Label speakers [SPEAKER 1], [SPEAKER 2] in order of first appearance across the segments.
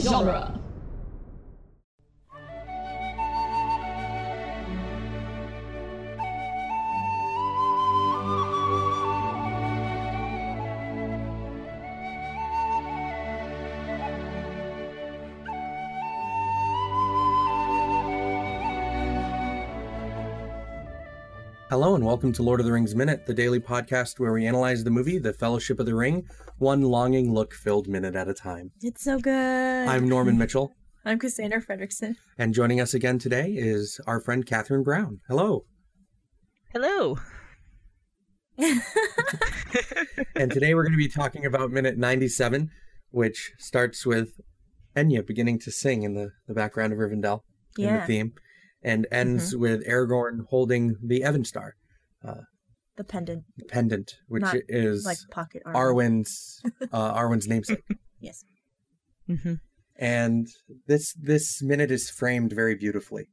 [SPEAKER 1] genre.
[SPEAKER 2] Hello and welcome to Lord of the Rings Minute, the daily podcast where we analyze the movie The Fellowship of the Ring, one longing look filled minute at a time.
[SPEAKER 3] It's so good.
[SPEAKER 2] I'm
[SPEAKER 3] I'm
[SPEAKER 2] Norman Mitchell,
[SPEAKER 3] I'm Cassandra Fredrickson.
[SPEAKER 2] and joining us again today is our friend Catherine Brown. Hello.
[SPEAKER 4] Hello.
[SPEAKER 2] And today we're going to be talking about minute 97, which starts with Enya beginning to sing in the, the background of Rivendell in the
[SPEAKER 3] Yeah, Mm-hmm. the,
[SPEAKER 2] theme, and ends with Aragorn holding the Evanstar
[SPEAKER 3] pendant,
[SPEAKER 2] pendant, which
[SPEAKER 3] Not
[SPEAKER 2] is
[SPEAKER 3] like pocket armor.
[SPEAKER 2] Arwen's uh, Arwen's namesake.
[SPEAKER 3] Yes.
[SPEAKER 4] Mm-hmm.
[SPEAKER 2] and this this minute is framed very beautifully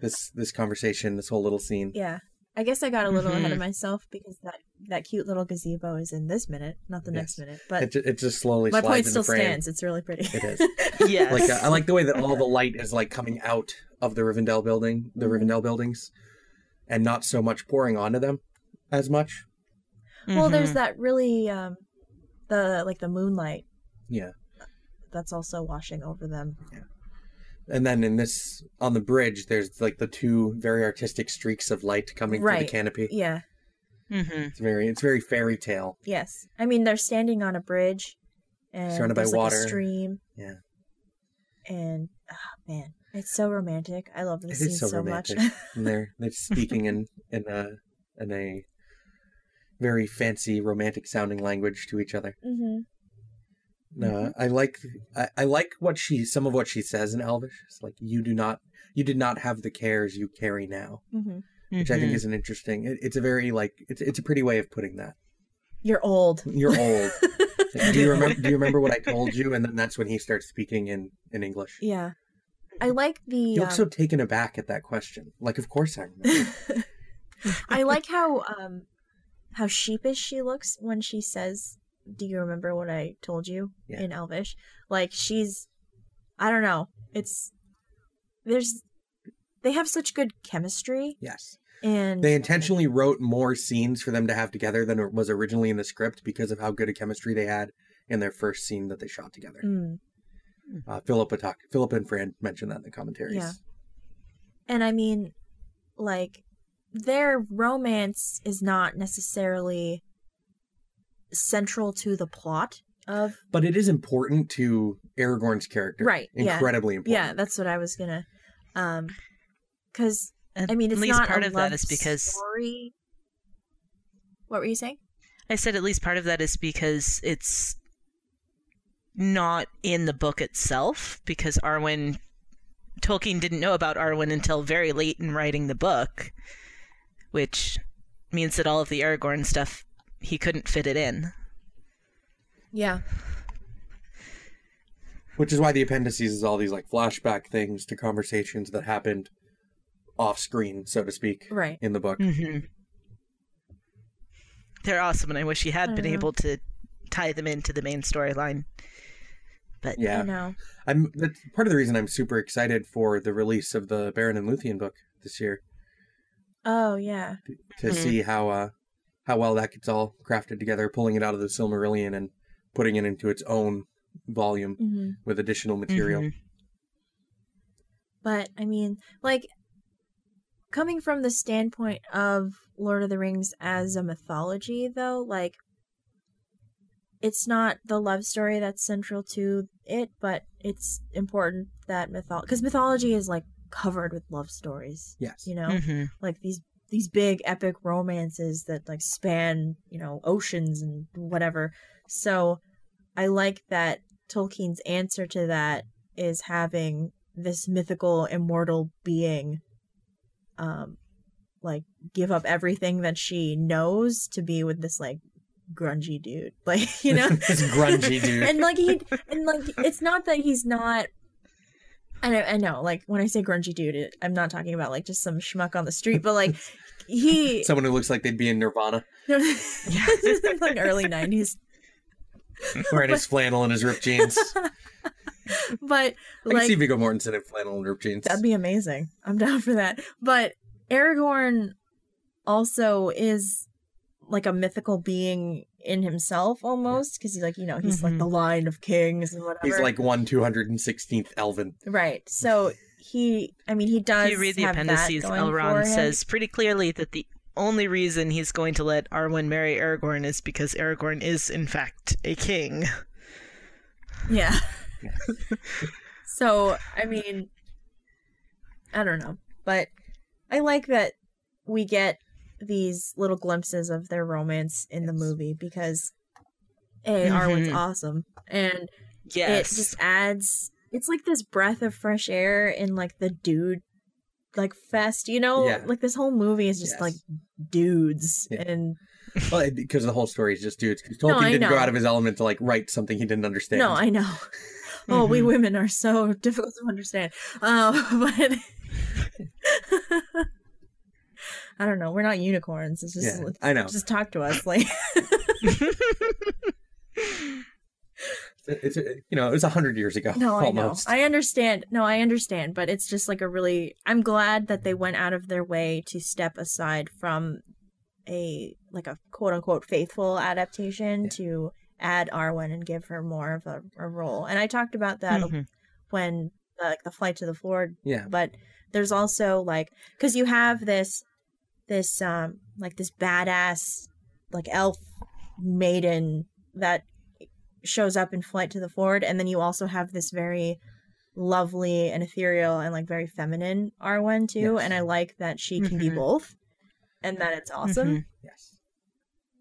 [SPEAKER 2] this this conversation this whole little scene
[SPEAKER 3] Yeah. I guess I got a little ahead
[SPEAKER 4] Mhm.
[SPEAKER 2] Mm-hmm.
[SPEAKER 3] of myself because that that cute little gazebo is in this minute, not the
[SPEAKER 2] Yes.
[SPEAKER 3] next minute. But
[SPEAKER 2] it, ju- it just slowly
[SPEAKER 3] my
[SPEAKER 2] slides
[SPEAKER 3] point
[SPEAKER 2] in
[SPEAKER 3] still
[SPEAKER 2] frame.
[SPEAKER 3] stands. It's really pretty.
[SPEAKER 2] It is.
[SPEAKER 4] Yes.
[SPEAKER 2] like uh, i like the way that all the light is like coming out of the rivendell building the
[SPEAKER 3] Mhm.
[SPEAKER 2] rivendell buildings and not so much pouring onto them as much
[SPEAKER 3] Well,
[SPEAKER 4] Mm-hmm.
[SPEAKER 3] there's that really um the like the moonlight
[SPEAKER 2] yeah
[SPEAKER 3] that's also washing over them.
[SPEAKER 2] and then in this on the bridge there's like the two very artistic streaks of light coming through
[SPEAKER 3] Right.
[SPEAKER 2] the canopy
[SPEAKER 3] Yeah.
[SPEAKER 4] Mm-hmm.
[SPEAKER 2] it's very it's very fairy tale
[SPEAKER 3] Yes. I mean, they're standing on a bridge and
[SPEAKER 2] Surrounded by
[SPEAKER 3] there's, like,
[SPEAKER 2] water.
[SPEAKER 3] a stream.
[SPEAKER 2] Yeah.
[SPEAKER 3] And ah, man, it's so romantic. I love this
[SPEAKER 2] It
[SPEAKER 3] scene
[SPEAKER 2] is so
[SPEAKER 3] so, much.
[SPEAKER 2] romantic. and they're they're speaking in in a in a very fancy romantic sounding language to each other.
[SPEAKER 3] hmm
[SPEAKER 2] No,
[SPEAKER 4] Mhm.
[SPEAKER 2] I like I, I like what she some of what she says in Elvish. It's like you do not you did not have the cares you carry now,
[SPEAKER 3] hmm
[SPEAKER 2] which I
[SPEAKER 4] Mm-hmm.
[SPEAKER 2] think is an interesting. It, it's a very like it's it's a pretty way of putting that.
[SPEAKER 3] You're old.
[SPEAKER 2] You're old. do you remember Do you remember what I told you? And then that's when he starts speaking in in English.
[SPEAKER 3] Yeah. I like the.
[SPEAKER 2] Mm-hmm. You look so
[SPEAKER 3] um,
[SPEAKER 2] taken aback at that question. Like, of course I remember.
[SPEAKER 3] I like how um, how sheepish she looks when she says, "Do you remember what I told you?"
[SPEAKER 2] Yeah.
[SPEAKER 3] in Elvish. Like she's, I don't know. It's there's they have such good chemistry
[SPEAKER 2] yes.
[SPEAKER 3] and
[SPEAKER 2] They intentionally wrote more scenes for them to have together than it was originally in the script because of how good a chemistry they had in their first scene that they shot together.
[SPEAKER 3] Mm.
[SPEAKER 2] Uh, Philip would talk, Philip and Fran mentioned that in the commentaries.
[SPEAKER 3] Yeah. and I mean, like their romance is not necessarily central to the plot of
[SPEAKER 2] But it is important to Aragorn's character.
[SPEAKER 3] Right, yeah.
[SPEAKER 2] Incredibly important.
[SPEAKER 3] Yeah, that's what I was gonna. Um, because
[SPEAKER 4] At
[SPEAKER 3] I mean, it's
[SPEAKER 4] at least
[SPEAKER 3] not
[SPEAKER 4] part
[SPEAKER 3] a
[SPEAKER 4] of that
[SPEAKER 3] love
[SPEAKER 4] is because
[SPEAKER 3] story. What were you saying?
[SPEAKER 4] I said at least part of that is because it's not in the book itself because Arwen Tolkien didn't know about Arwen until very late in writing the book, which means that all of the Aragorn stuff he couldn't fit it in.
[SPEAKER 3] Yeah,
[SPEAKER 2] Which is why the appendices is all these like flashback things to conversations that happened off screen, so to speak,
[SPEAKER 3] right. Mm.
[SPEAKER 2] in the book.
[SPEAKER 4] Mm-hmm. They're awesome, and I wish he had
[SPEAKER 3] I
[SPEAKER 4] been
[SPEAKER 3] know.
[SPEAKER 4] able to tie them into the main storyline. But
[SPEAKER 2] Yeah.
[SPEAKER 3] I know.
[SPEAKER 2] I'm that's part of the reason I'm super excited for the release of the Baron and Luthien book this year.
[SPEAKER 3] Oh yeah,
[SPEAKER 2] to
[SPEAKER 4] Mhm.
[SPEAKER 2] see how uh, how well that gets all crafted together, pulling it out of the Silmarillion and putting it into its own volume
[SPEAKER 3] hmm
[SPEAKER 2] with additional material.
[SPEAKER 3] Mm-hmm.
[SPEAKER 4] Mhm.
[SPEAKER 3] but I mean, like, coming from the standpoint of Lord of the Rings as a mythology, though, like, it's not the love story that's central to it, but it's important that mythology, because mythology is like covered with love stories,
[SPEAKER 2] Yes.
[SPEAKER 3] you know.
[SPEAKER 4] Mhm.
[SPEAKER 3] like these these big epic romances that like span you know oceans and whatever so i like that tolkien's answer to that is having this mythical immortal being um like give up everything that she knows to be with this like grungy dude like you know
[SPEAKER 2] This grungy dude.
[SPEAKER 3] and like he and like it's not that he's not I know, I know. Like when I say grungy dude, it, I'm not talking about like just some schmuck on the street, but like he
[SPEAKER 2] Someone who looks like they'd be in Nirvana,
[SPEAKER 3] like early '90s.
[SPEAKER 2] wearing his flannel and his ripped jeans. I
[SPEAKER 3] but
[SPEAKER 2] can
[SPEAKER 3] like
[SPEAKER 2] see Viggo Mortensen in flannel and ripped jeans.
[SPEAKER 3] That'd be amazing. I'm down for that. But Aragorn also is like a mythical being in himself almost because he's like you know he's like
[SPEAKER 4] Mhm.
[SPEAKER 3] the line of kings and whatever
[SPEAKER 2] He's like one two hundred and sixteenth Elvin.
[SPEAKER 3] right so he i mean he does
[SPEAKER 4] If you read the
[SPEAKER 3] have that
[SPEAKER 4] appendices,
[SPEAKER 3] going
[SPEAKER 4] Elrond
[SPEAKER 3] for him.
[SPEAKER 4] says pretty clearly that the only reason he's going to let Arwen marry Aragorn is because Aragorn is, in fact, a king.
[SPEAKER 3] yeah so i mean i don't know but i like that we get these little glimpses of their romance in the movie because a arwen's
[SPEAKER 2] Mm-hmm.
[SPEAKER 4] Mhm.
[SPEAKER 3] awesome and
[SPEAKER 4] Yes.
[SPEAKER 3] it just adds it's like this breath of fresh air in like the dude like fest you know
[SPEAKER 2] Yeah.
[SPEAKER 3] like this whole movie is just
[SPEAKER 2] Yes.
[SPEAKER 3] like dudes
[SPEAKER 2] Yeah.
[SPEAKER 3] and
[SPEAKER 2] Well, it- because the whole story is just dudes. 'Cause
[SPEAKER 3] No,
[SPEAKER 2] Tolkien
[SPEAKER 3] I
[SPEAKER 2] didn't
[SPEAKER 3] know.
[SPEAKER 2] go out of his element to like write something he didn't understand.
[SPEAKER 3] no i know oh we
[SPEAKER 2] Mm-hmm.
[SPEAKER 4] Mhm.
[SPEAKER 3] women are so difficult to understand um but i don't know we're not unicorns it's just
[SPEAKER 2] yeah, I know.
[SPEAKER 3] just talk to us like
[SPEAKER 2] It's it's- you know it was hundred years ago.
[SPEAKER 3] No, I know.
[SPEAKER 2] almost.
[SPEAKER 3] I understand. No, I understand, but it's just like a really I'm glad that they went out of their way to step aside from a like a quote unquote faithful adaptation
[SPEAKER 2] Yeah.
[SPEAKER 3] to add Arwen and give her more of a, a role. And I talked about that
[SPEAKER 2] Mm-hmm.
[SPEAKER 4] Mhm.
[SPEAKER 3] when like the flight to the floor,
[SPEAKER 2] Yeah,
[SPEAKER 3] but there's also like cuz you have this this um like this badass like elf maiden that shows up in flight to the forward and then you also have this very lovely and ethereal and like very feminine r1 too
[SPEAKER 2] Yes. Mm-hmm.
[SPEAKER 3] and i like that she can be
[SPEAKER 4] Mhm.
[SPEAKER 3] both and that it's awesome
[SPEAKER 4] Mhm.
[SPEAKER 2] yes,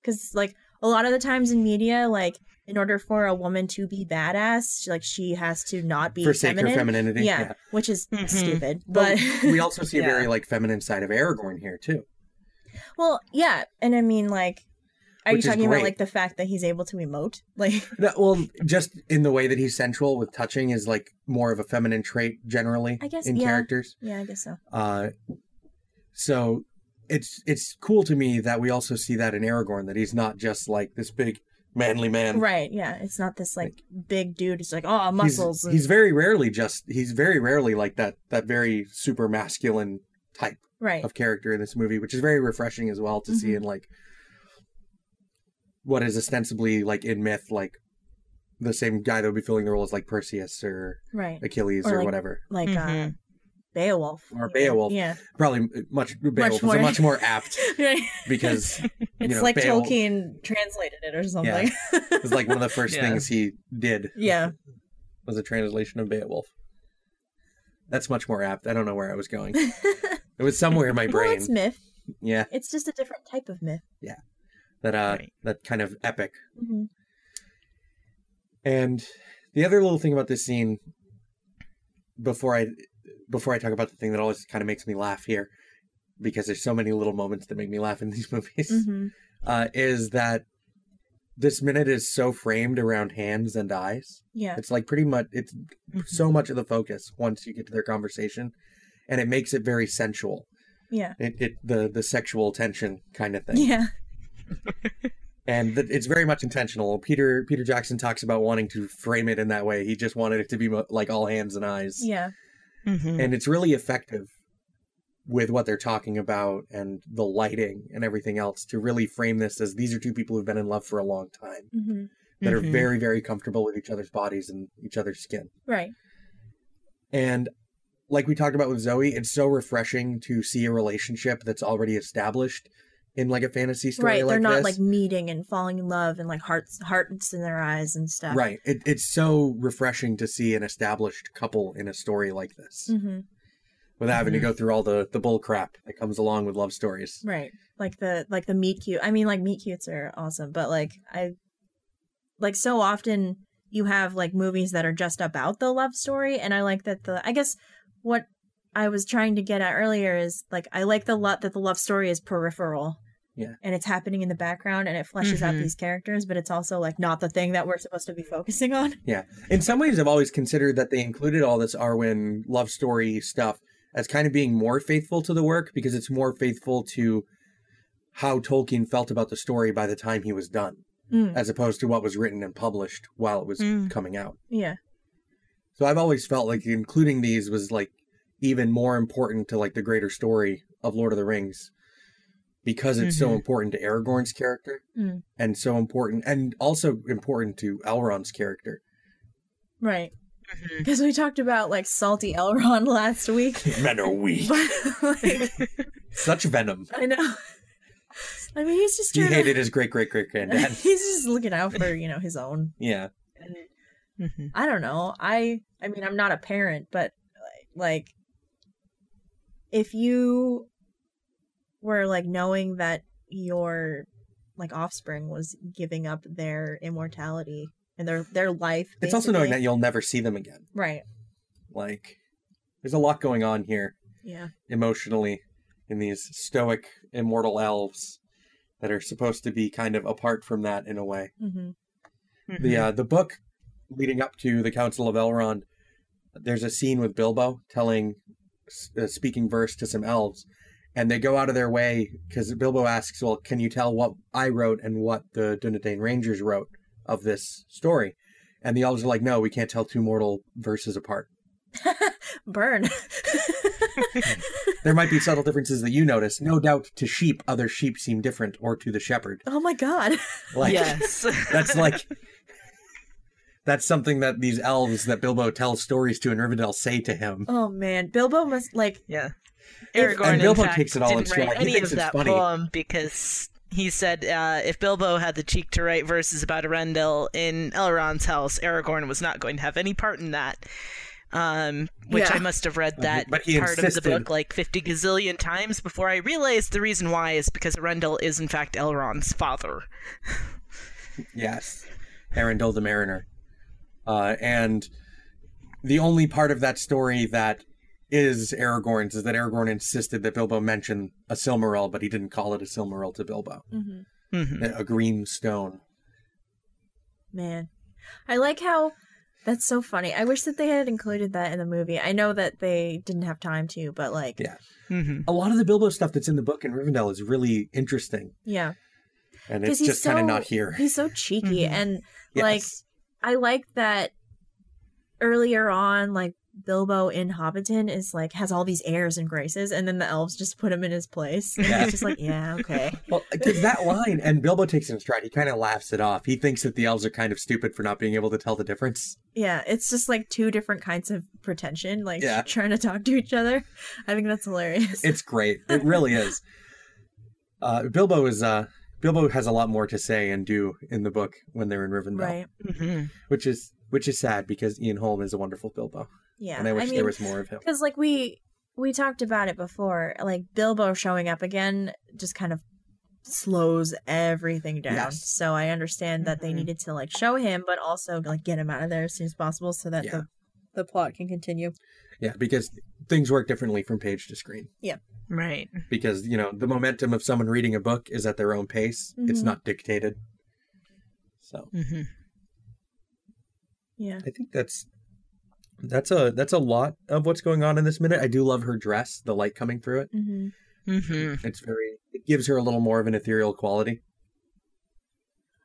[SPEAKER 3] because like a lot of the times in media like in order for a woman to be badass she- like she has to not be
[SPEAKER 2] forsake
[SPEAKER 3] feminine,
[SPEAKER 2] her femininity. Mm-hmm.
[SPEAKER 3] Yeah, which is
[SPEAKER 4] Mhm.
[SPEAKER 3] stupid
[SPEAKER 2] Well,
[SPEAKER 3] but
[SPEAKER 2] we also see
[SPEAKER 4] Yeah.
[SPEAKER 2] a very like feminine side of Aragorn here too.
[SPEAKER 3] Well, yeah, and I mean, like, are
[SPEAKER 2] Which
[SPEAKER 3] you
[SPEAKER 2] is
[SPEAKER 3] talking about
[SPEAKER 2] great.
[SPEAKER 3] like the fact that he's able to emote? Like,
[SPEAKER 2] No, well, just in the way that he's sensual with touching is like more of a feminine trait generally
[SPEAKER 3] I guess,
[SPEAKER 2] in
[SPEAKER 3] yeah.
[SPEAKER 2] characters.
[SPEAKER 3] yeah, I guess so.
[SPEAKER 2] Uh, so it's it's cool to me that we also see that in Aragorn that he's not just like this big manly man.
[SPEAKER 3] Right? Yeah, it's not this like big dude. It's like, oh, muscles.
[SPEAKER 2] He's,
[SPEAKER 3] and-
[SPEAKER 2] he's very rarely just he's very rarely like that that very super masculine type
[SPEAKER 3] right.
[SPEAKER 2] of character in this movie, which is very refreshing as well to see
[SPEAKER 3] Mhm.
[SPEAKER 2] in like what is ostensibly like in myth like the same guy that would be filling the role as like Perseus or
[SPEAKER 3] Right.
[SPEAKER 2] Achilles
[SPEAKER 3] Or,
[SPEAKER 2] or,
[SPEAKER 3] like,
[SPEAKER 2] whatever.
[SPEAKER 3] Like uh,
[SPEAKER 4] Mhm.
[SPEAKER 3] Beowulf.
[SPEAKER 2] Or
[SPEAKER 3] even.
[SPEAKER 2] Beowulf.
[SPEAKER 3] Yeah.
[SPEAKER 2] Probably much Beowulf
[SPEAKER 3] more-
[SPEAKER 2] is a much more apt
[SPEAKER 3] Right.
[SPEAKER 2] because
[SPEAKER 3] It's
[SPEAKER 2] you know,
[SPEAKER 3] like
[SPEAKER 2] Beowulf
[SPEAKER 3] Tolkien translated it or something.
[SPEAKER 2] is like one of the first
[SPEAKER 4] Yeah.
[SPEAKER 2] things he did
[SPEAKER 3] yeah.
[SPEAKER 2] was a translation of Beowulf. That's much more apt. I don't know where I was going. It was somewhere in my
[SPEAKER 3] Well,
[SPEAKER 2] brain.
[SPEAKER 3] it's myth.
[SPEAKER 2] yeah,
[SPEAKER 3] It's just a different type of myth.
[SPEAKER 2] that uh,
[SPEAKER 4] Right.
[SPEAKER 2] that kind of epic
[SPEAKER 3] hmm
[SPEAKER 2] And the other little thing about this scene before I before I talk about the thing that always kind of makes me laugh here because there's so many little moments that make me laugh in these movies
[SPEAKER 3] hmm
[SPEAKER 2] uh, is that this minute is so framed around hands and eyes.
[SPEAKER 3] Yeah.
[SPEAKER 2] It's like pretty much it's so much of the focus once you get to their conversation and it makes it very sensual.
[SPEAKER 3] Yeah.
[SPEAKER 2] It, it the the sexual tension kind of thing
[SPEAKER 3] Yeah.
[SPEAKER 2] and th- it's very much intentional. Peter Peter Jackson talks about wanting to frame it in that way. He just wanted it to be mo- like all hands and eyes,
[SPEAKER 3] Yeah. Mm.
[SPEAKER 4] Mhm.
[SPEAKER 2] and it's really effective with what they're talking about and the lighting and everything else to really frame this as these are two people who've been in love for a long time
[SPEAKER 3] hmm
[SPEAKER 2] that are
[SPEAKER 4] Mhm.
[SPEAKER 2] very very comfortable with each other's bodies and each other's skin.
[SPEAKER 3] Right.
[SPEAKER 2] And like we talked about with Zoe, it's so refreshing to see a relationship that's already established in like a fantasy story
[SPEAKER 3] Right.
[SPEAKER 2] like
[SPEAKER 3] They're not
[SPEAKER 2] this.
[SPEAKER 3] like meeting and falling in love and like hearts hearts in their eyes and stuff.
[SPEAKER 2] Right. It, it's so refreshing to see an established couple in a story like this
[SPEAKER 3] hmm
[SPEAKER 2] without having
[SPEAKER 4] Mhm.
[SPEAKER 2] to go through all the, the bull crap that comes along with love stories.
[SPEAKER 3] Right. Like the like the meat cute. I mean like meat cutes are awesome, but like I like so often you have like movies that are just about the love story and I like that the I guess what I was trying to get at earlier is like I like the lot that the love story is peripheral.
[SPEAKER 2] Yeah. Mm-hmm.
[SPEAKER 3] And it's happening in the background and it fleshes out
[SPEAKER 4] Mhm.
[SPEAKER 3] these characters, but it's also like not the thing that we're supposed to be focusing on.
[SPEAKER 2] In some ways, I've always considered that they included all this Arwen love story stuff as kind of being more faithful to the work because it's more faithful to how Tolkien felt about the story by the time he was done,
[SPEAKER 3] Mm,
[SPEAKER 2] as opposed to what was written and published while it was
[SPEAKER 4] Mm.
[SPEAKER 2] coming out.
[SPEAKER 3] yeah.
[SPEAKER 2] So I've always felt like including these was like even more important to like the greater story of Lord of the Rings because it's so
[SPEAKER 4] Mhm.
[SPEAKER 2] important to Aragorn's character
[SPEAKER 3] Mm-hmm. Mm.
[SPEAKER 2] and so important and also important to Elrond's character.
[SPEAKER 3] Right.
[SPEAKER 4] Mhm.
[SPEAKER 3] Because we talked about like salty Elrond last week.
[SPEAKER 2] Men are weak.
[SPEAKER 3] But like,
[SPEAKER 2] Such venom.
[SPEAKER 3] I know. I mean, he's just
[SPEAKER 2] He
[SPEAKER 3] trying
[SPEAKER 2] hated his great great great
[SPEAKER 3] to.
[SPEAKER 2] granddad.
[SPEAKER 3] he's just looking out for you know his own.
[SPEAKER 2] Yeah.
[SPEAKER 3] And
[SPEAKER 4] Mhm.
[SPEAKER 3] I don't know. I I mean, I'm not a parent, but like, if you were like knowing that your like offspring was giving up their immortality and their their life,
[SPEAKER 2] It's also knowing that
[SPEAKER 3] basically-
[SPEAKER 2] you'll never see them again.
[SPEAKER 3] right?
[SPEAKER 2] Like there's a lot going on here.
[SPEAKER 3] Yeah,
[SPEAKER 2] emotionally in these stoic immortal elves that are supposed to be kind of apart from that in a way.
[SPEAKER 3] hmm
[SPEAKER 4] Mm-hmm.
[SPEAKER 2] The uh, the book leading up to the Council of Elrond, there's a scene with Bilbo telling s- uh, speaking verse to some elves, and they go out of their way because Bilbo asks, "Well, can you tell what I wrote and what the Dunedain Rangers wrote of this story?" And the elves are like, "No, we can't tell two mortal verses apart.
[SPEAKER 3] burn.
[SPEAKER 2] There might be subtle differences that you notice. No doubt, to sheep, other sheep seem different, or to the shepherd."
[SPEAKER 3] oh my god.
[SPEAKER 2] Like
[SPEAKER 4] yes.
[SPEAKER 2] that's like that's something that these elves that Bilbo tells stories to in Rivendell say to him.
[SPEAKER 3] Oh man, Bilbo must like
[SPEAKER 4] Yeah.
[SPEAKER 3] If-
[SPEAKER 4] Aragorn,
[SPEAKER 2] and Bilbo
[SPEAKER 4] in fact,
[SPEAKER 2] takes it all in
[SPEAKER 4] didn't write
[SPEAKER 2] stride. He
[SPEAKER 4] any
[SPEAKER 2] thinks
[SPEAKER 4] of
[SPEAKER 2] it's
[SPEAKER 4] that
[SPEAKER 2] funny.
[SPEAKER 4] poem because he said uh, if Bilbo had the cheek to write verses about Arendelle in Elrond's house, Aragorn was not going to have any part in that. Um, which
[SPEAKER 3] Yeah.
[SPEAKER 4] I must have read
[SPEAKER 2] But Uh, he-
[SPEAKER 4] that
[SPEAKER 2] but he
[SPEAKER 4] part of the
[SPEAKER 2] insisted-
[SPEAKER 4] book like 50 gazillion times before I realized the reason why is because Arendelle is in fact Elrond's father.
[SPEAKER 2] Yes, Arendelle the Mariner, uh, and the only part of that story that is Aragorn's is that Aragorn insisted that Bilbo mention a Silmaril, but he didn't call it a Silmaril to Bilbo.
[SPEAKER 3] mhm.
[SPEAKER 4] Mhm.
[SPEAKER 2] A a green stone.
[SPEAKER 3] man. I like how that's so funny. I wish that they had included that in the movie. I know that they didn't have time to, but like
[SPEAKER 2] Yeah.
[SPEAKER 4] Mhm.
[SPEAKER 2] A lot of the Bilbo stuff that's in the book in Rivendell is really interesting,
[SPEAKER 3] yeah.
[SPEAKER 2] and
[SPEAKER 3] 'Cause
[SPEAKER 2] it's
[SPEAKER 3] he's
[SPEAKER 2] just kind
[SPEAKER 3] so-
[SPEAKER 2] of not here.
[SPEAKER 3] He's so cheeky
[SPEAKER 4] Mhm.
[SPEAKER 3] and
[SPEAKER 2] Yes.
[SPEAKER 3] like I like that earlier on like Bilbo in Hobbiton is like has all these airs and graces and then the elves just put him in his place. And
[SPEAKER 2] Yeah.
[SPEAKER 3] he's just like, yeah, okay.
[SPEAKER 2] Well, because that line, and Bilbo takes it in stride. He kind of laughs it off. He thinks that the elves are kind of stupid for not being able to tell the difference.
[SPEAKER 3] Yeah, it's just like two different kinds of pretension, like
[SPEAKER 2] Yeah.
[SPEAKER 3] trying to talk to each other. I think that's hilarious.
[SPEAKER 2] It's great. It really is. Uh, Bilbo is uh, Bilbo has a lot more to say and do in the book when they're in Rivendell,
[SPEAKER 3] right.
[SPEAKER 4] Mhm.
[SPEAKER 2] which is which is sad because Ian Holm is a wonderful Bilbo,
[SPEAKER 3] Yeah.
[SPEAKER 2] and I wish
[SPEAKER 3] mean,
[SPEAKER 2] there was more of him.
[SPEAKER 3] because like we we talked about it before like bilbo showing up again just kind of slows everything down
[SPEAKER 2] Yes.
[SPEAKER 3] so i understand that they
[SPEAKER 4] Mhm.
[SPEAKER 3] needed to like show him but also like get him out of there as soon as possible so that
[SPEAKER 2] Yeah.
[SPEAKER 3] the the plot can continue
[SPEAKER 2] Yeah, because things work differently from page to screen.
[SPEAKER 4] Right.
[SPEAKER 2] Because you know the momentum of someone reading a book is at their own pace. It's
[SPEAKER 3] Mhm.
[SPEAKER 2] not dictated. So
[SPEAKER 4] hmm
[SPEAKER 3] yeah
[SPEAKER 2] I think that's that's a that's a lot of what's going on in this minute. I do love her dress, the light coming through it.
[SPEAKER 3] hmm
[SPEAKER 4] hmm
[SPEAKER 2] It's very it gives her a little more of an ethereal quality.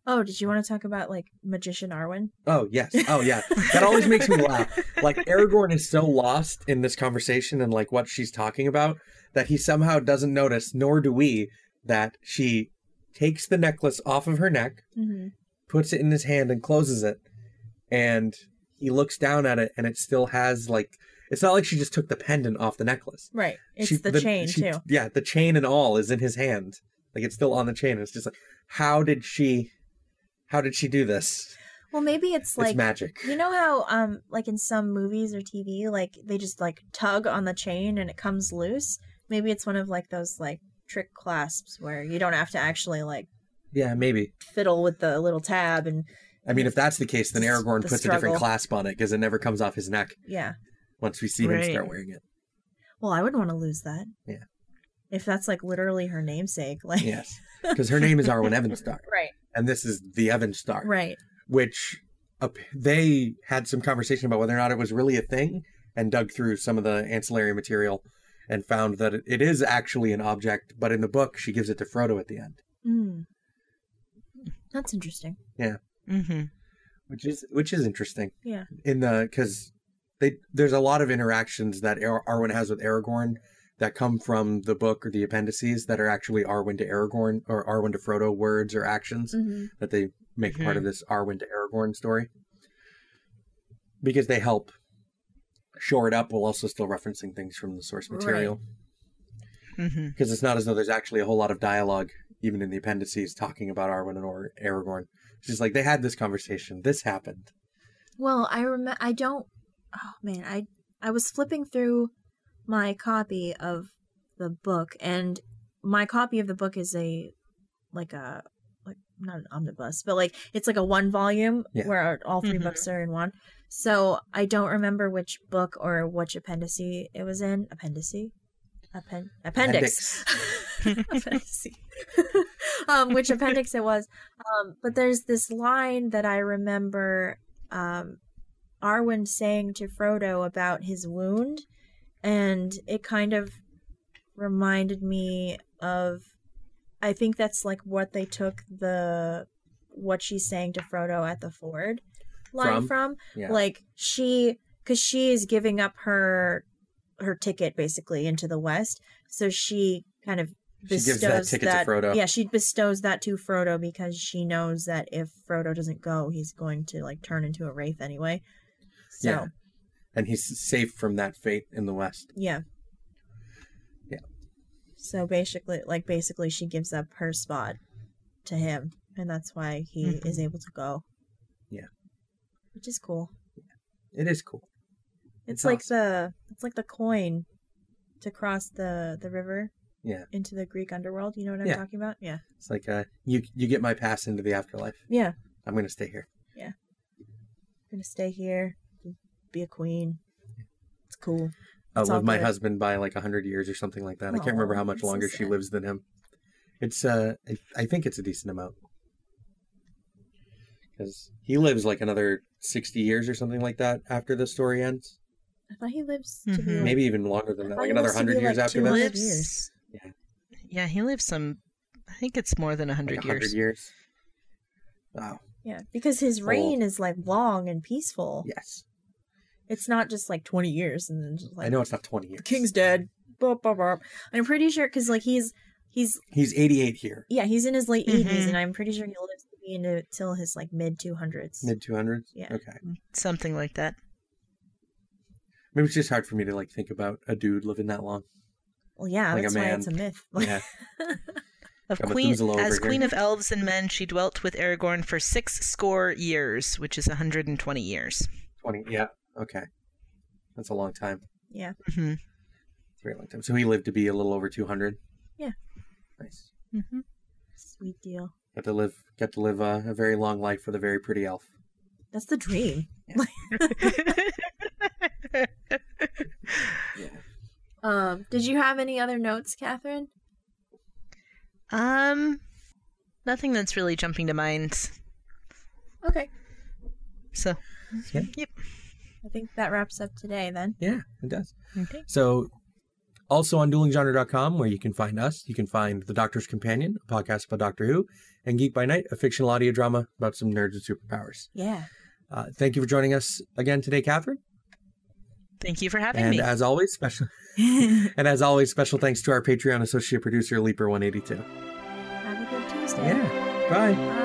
[SPEAKER 3] oh did you want to talk about like magician arwen
[SPEAKER 2] Oh yes. Oh yeah. That always makes me laugh. Like Aragorn is so lost in this conversation and like what she's talking about that he somehow doesn't notice, nor do we, that she takes the necklace off of her neck,
[SPEAKER 3] mm-hmm.
[SPEAKER 2] puts it in his hand and closes it. And he looks down at it and it still has like it's not like she just took the pendant off the necklace.
[SPEAKER 3] right it's
[SPEAKER 2] She-
[SPEAKER 3] the, chain
[SPEAKER 2] she-
[SPEAKER 3] too
[SPEAKER 2] Yeah, the chain and all is in his hand. Like it's still on the chain. It's just like, how did she, how did she do this?
[SPEAKER 3] well maybe it's
[SPEAKER 2] it's
[SPEAKER 3] like
[SPEAKER 2] magic.
[SPEAKER 3] You know how um like in some movies or TV like they just like tug on the chain and it comes loose? Maybe it's one of like those like trick clasps where you don't have to actually like
[SPEAKER 2] yeah, maybe.
[SPEAKER 3] fiddle with the little tab and
[SPEAKER 2] I mean, if that's the case, then
[SPEAKER 3] The s-
[SPEAKER 2] Aragorn
[SPEAKER 3] the
[SPEAKER 2] puts a different
[SPEAKER 3] struggle.
[SPEAKER 2] clasp on it because it never comes off his neck
[SPEAKER 3] yeah.
[SPEAKER 2] once we see him
[SPEAKER 4] Right.
[SPEAKER 2] start wearing it.
[SPEAKER 3] Well, I wouldn't want to lose that.
[SPEAKER 2] Yeah.
[SPEAKER 3] If that's like literally her namesake, like
[SPEAKER 2] Yes, because her name is Arwen Evenstar,
[SPEAKER 3] right.
[SPEAKER 2] and this is the Evenstar,
[SPEAKER 3] Right.
[SPEAKER 2] which ap- they had some conversation about whether or not it was really a thing, and dug through some of the ancillary material and found that it- it is actually an object. But in the book, she gives it to Frodo at the end.
[SPEAKER 3] Mm. That's interesting.
[SPEAKER 4] hmm
[SPEAKER 2] which is which is interesting
[SPEAKER 3] Yeah.
[SPEAKER 2] in the because they there's a lot of interactions that Ar- Arwen has with Aragorn that come from the book or the appendices that are actually Arwen to Aragorn or Arwen to Frodo words or actions
[SPEAKER 3] hmm
[SPEAKER 2] that they make part of this Arwen to Aragorn story because they help shore it up while also still referencing things from the source
[SPEAKER 3] Right.
[SPEAKER 2] material
[SPEAKER 4] hmm
[SPEAKER 2] because it's not as though there's actually a whole lot of dialogue even in the appendices talking about Arwen and or Aragorn. It's just like they had this conversation. This happened.
[SPEAKER 3] Well, I remember. I don't. Oh man, I I was flipping through my copy of the book, and my copy of the book is a like a like not an omnibus, but like it's like a one volume
[SPEAKER 2] Yeah.
[SPEAKER 3] where all 3
[SPEAKER 4] Mhm.
[SPEAKER 3] books are in one. So I don't remember which book or which appendice it was in. Appendice. Appen- appendix. appendix. um, which appendix it was. Um, but there's this line that I remember um, Arwen saying to Frodo about his wound, and it kind of reminded me of. I think that's like what they took the what she's saying to Frodo at the Ford line
[SPEAKER 2] From?
[SPEAKER 3] from
[SPEAKER 2] Yeah.
[SPEAKER 3] like she because she is giving up her her ticket basically into the west so she kind of
[SPEAKER 2] She
[SPEAKER 3] bestows
[SPEAKER 2] gives that ticket to Frodo.
[SPEAKER 3] yeah she bestows that to frodo because she knows that if frodo doesn't go he's going to like turn into a wraith anyway so
[SPEAKER 2] Yeah. And he's safe from that fate in the West.
[SPEAKER 3] yeah.
[SPEAKER 2] Yeah.
[SPEAKER 3] So basically, like basically, she gives up her spot to him, and that's why he
[SPEAKER 4] Mhm.
[SPEAKER 3] is able to go.
[SPEAKER 2] Mm-hmm. Yeah.
[SPEAKER 3] Which is cool.
[SPEAKER 2] It is cool.
[SPEAKER 3] It's,
[SPEAKER 2] It's
[SPEAKER 3] like
[SPEAKER 2] awesome.
[SPEAKER 3] the it's like the coin to cross the the river.
[SPEAKER 2] Yeah.
[SPEAKER 3] Into the Greek underworld. You know what I'm
[SPEAKER 2] Yeah.
[SPEAKER 3] talking about? Yeah.
[SPEAKER 2] It's like uh, you you get my pass into the afterlife.
[SPEAKER 3] Yeah.
[SPEAKER 2] I'm gonna stay here.
[SPEAKER 3] I'm gonna stay here, be a queen. It's cool.
[SPEAKER 2] I'll
[SPEAKER 3] It's all
[SPEAKER 2] live Uh, my
[SPEAKER 3] good.
[SPEAKER 2] husband by like hundred years or something like that. I can't
[SPEAKER 3] Aw,
[SPEAKER 2] remember how much
[SPEAKER 3] that's so
[SPEAKER 2] longer she
[SPEAKER 3] sad.
[SPEAKER 2] lives than him. It's uh, I, I think it's a decent amount because he lives like another sixty years or something like that after the story ends.
[SPEAKER 3] I thought he lives to be
[SPEAKER 4] Mhm.
[SPEAKER 3] like,
[SPEAKER 2] Mm-hmm. Maybe even longer than that,
[SPEAKER 3] thought
[SPEAKER 2] like
[SPEAKER 3] he
[SPEAKER 2] another
[SPEAKER 3] lives Hmm. to be,
[SPEAKER 2] hundred years
[SPEAKER 3] like,
[SPEAKER 2] after
[SPEAKER 3] two
[SPEAKER 2] that.
[SPEAKER 3] hundred
[SPEAKER 2] Like
[SPEAKER 4] lives
[SPEAKER 3] years.
[SPEAKER 2] Yeah.
[SPEAKER 4] Yeah, he lives some. I think it's more than hundred
[SPEAKER 2] 100
[SPEAKER 4] years.
[SPEAKER 2] years. Wow.
[SPEAKER 3] Yeah, because his reign is like long and peaceful.
[SPEAKER 2] Yes.
[SPEAKER 3] It's not just like 20 years and then just like
[SPEAKER 2] I know it's not twenty years.
[SPEAKER 3] the king's dead. Bop, bop, bop. I'm pretty sure because like he's he's
[SPEAKER 2] He's eighty-eight here,
[SPEAKER 3] yeah he's in his late
[SPEAKER 4] Mhm.
[SPEAKER 2] Mm-hmm.
[SPEAKER 3] 80s and I'm pretty sure he lives to be into till his like mid 200s.
[SPEAKER 2] mid two hundreds.
[SPEAKER 3] Yeah.
[SPEAKER 2] Okay.
[SPEAKER 4] Something like that.
[SPEAKER 2] Maybe it's just hard for me to like think about a dude living that long.
[SPEAKER 3] Well, yeah,
[SPEAKER 2] like a
[SPEAKER 3] that's why
[SPEAKER 2] man.
[SPEAKER 3] it's a myth.
[SPEAKER 2] Yeah.
[SPEAKER 4] Of
[SPEAKER 2] Got
[SPEAKER 4] queen,
[SPEAKER 2] Methuselah over
[SPEAKER 4] as
[SPEAKER 2] here.
[SPEAKER 4] queen of elves and men, she dwelt with Aragorn for six score years, which is 120 years.
[SPEAKER 2] 20 yeah okay that's a long time
[SPEAKER 3] yeah,
[SPEAKER 4] hmm
[SPEAKER 2] It's a very long time so he lived to be a little over 200
[SPEAKER 3] Yeah.
[SPEAKER 2] nice
[SPEAKER 4] hmm
[SPEAKER 3] sweet deal.
[SPEAKER 2] got to live got to live uh, a, a very long life with a very pretty elf
[SPEAKER 3] That's the dream.
[SPEAKER 2] yeah
[SPEAKER 3] Um, did you have any other notes, Catherine?
[SPEAKER 4] um, nothing that's really jumping to mind.
[SPEAKER 3] Okay,
[SPEAKER 4] So,
[SPEAKER 2] Yeah.
[SPEAKER 4] yep.
[SPEAKER 3] I think that wraps up today then.
[SPEAKER 2] yeah it does
[SPEAKER 4] Okay.
[SPEAKER 2] so also on duelinggenre.com where you can find us you can find the doctor's companion a podcast about doctor who and geek by night a fictional audio drama about some nerds with superpowers
[SPEAKER 3] Yeah,
[SPEAKER 2] uh, thank you for joining us again today catherine
[SPEAKER 4] Thank you for having
[SPEAKER 2] and
[SPEAKER 4] me.
[SPEAKER 2] as always special and as always special thanks to our patreon associate producer leaper 182
[SPEAKER 3] have a good Tuesday.
[SPEAKER 2] yeah bye
[SPEAKER 3] Bye.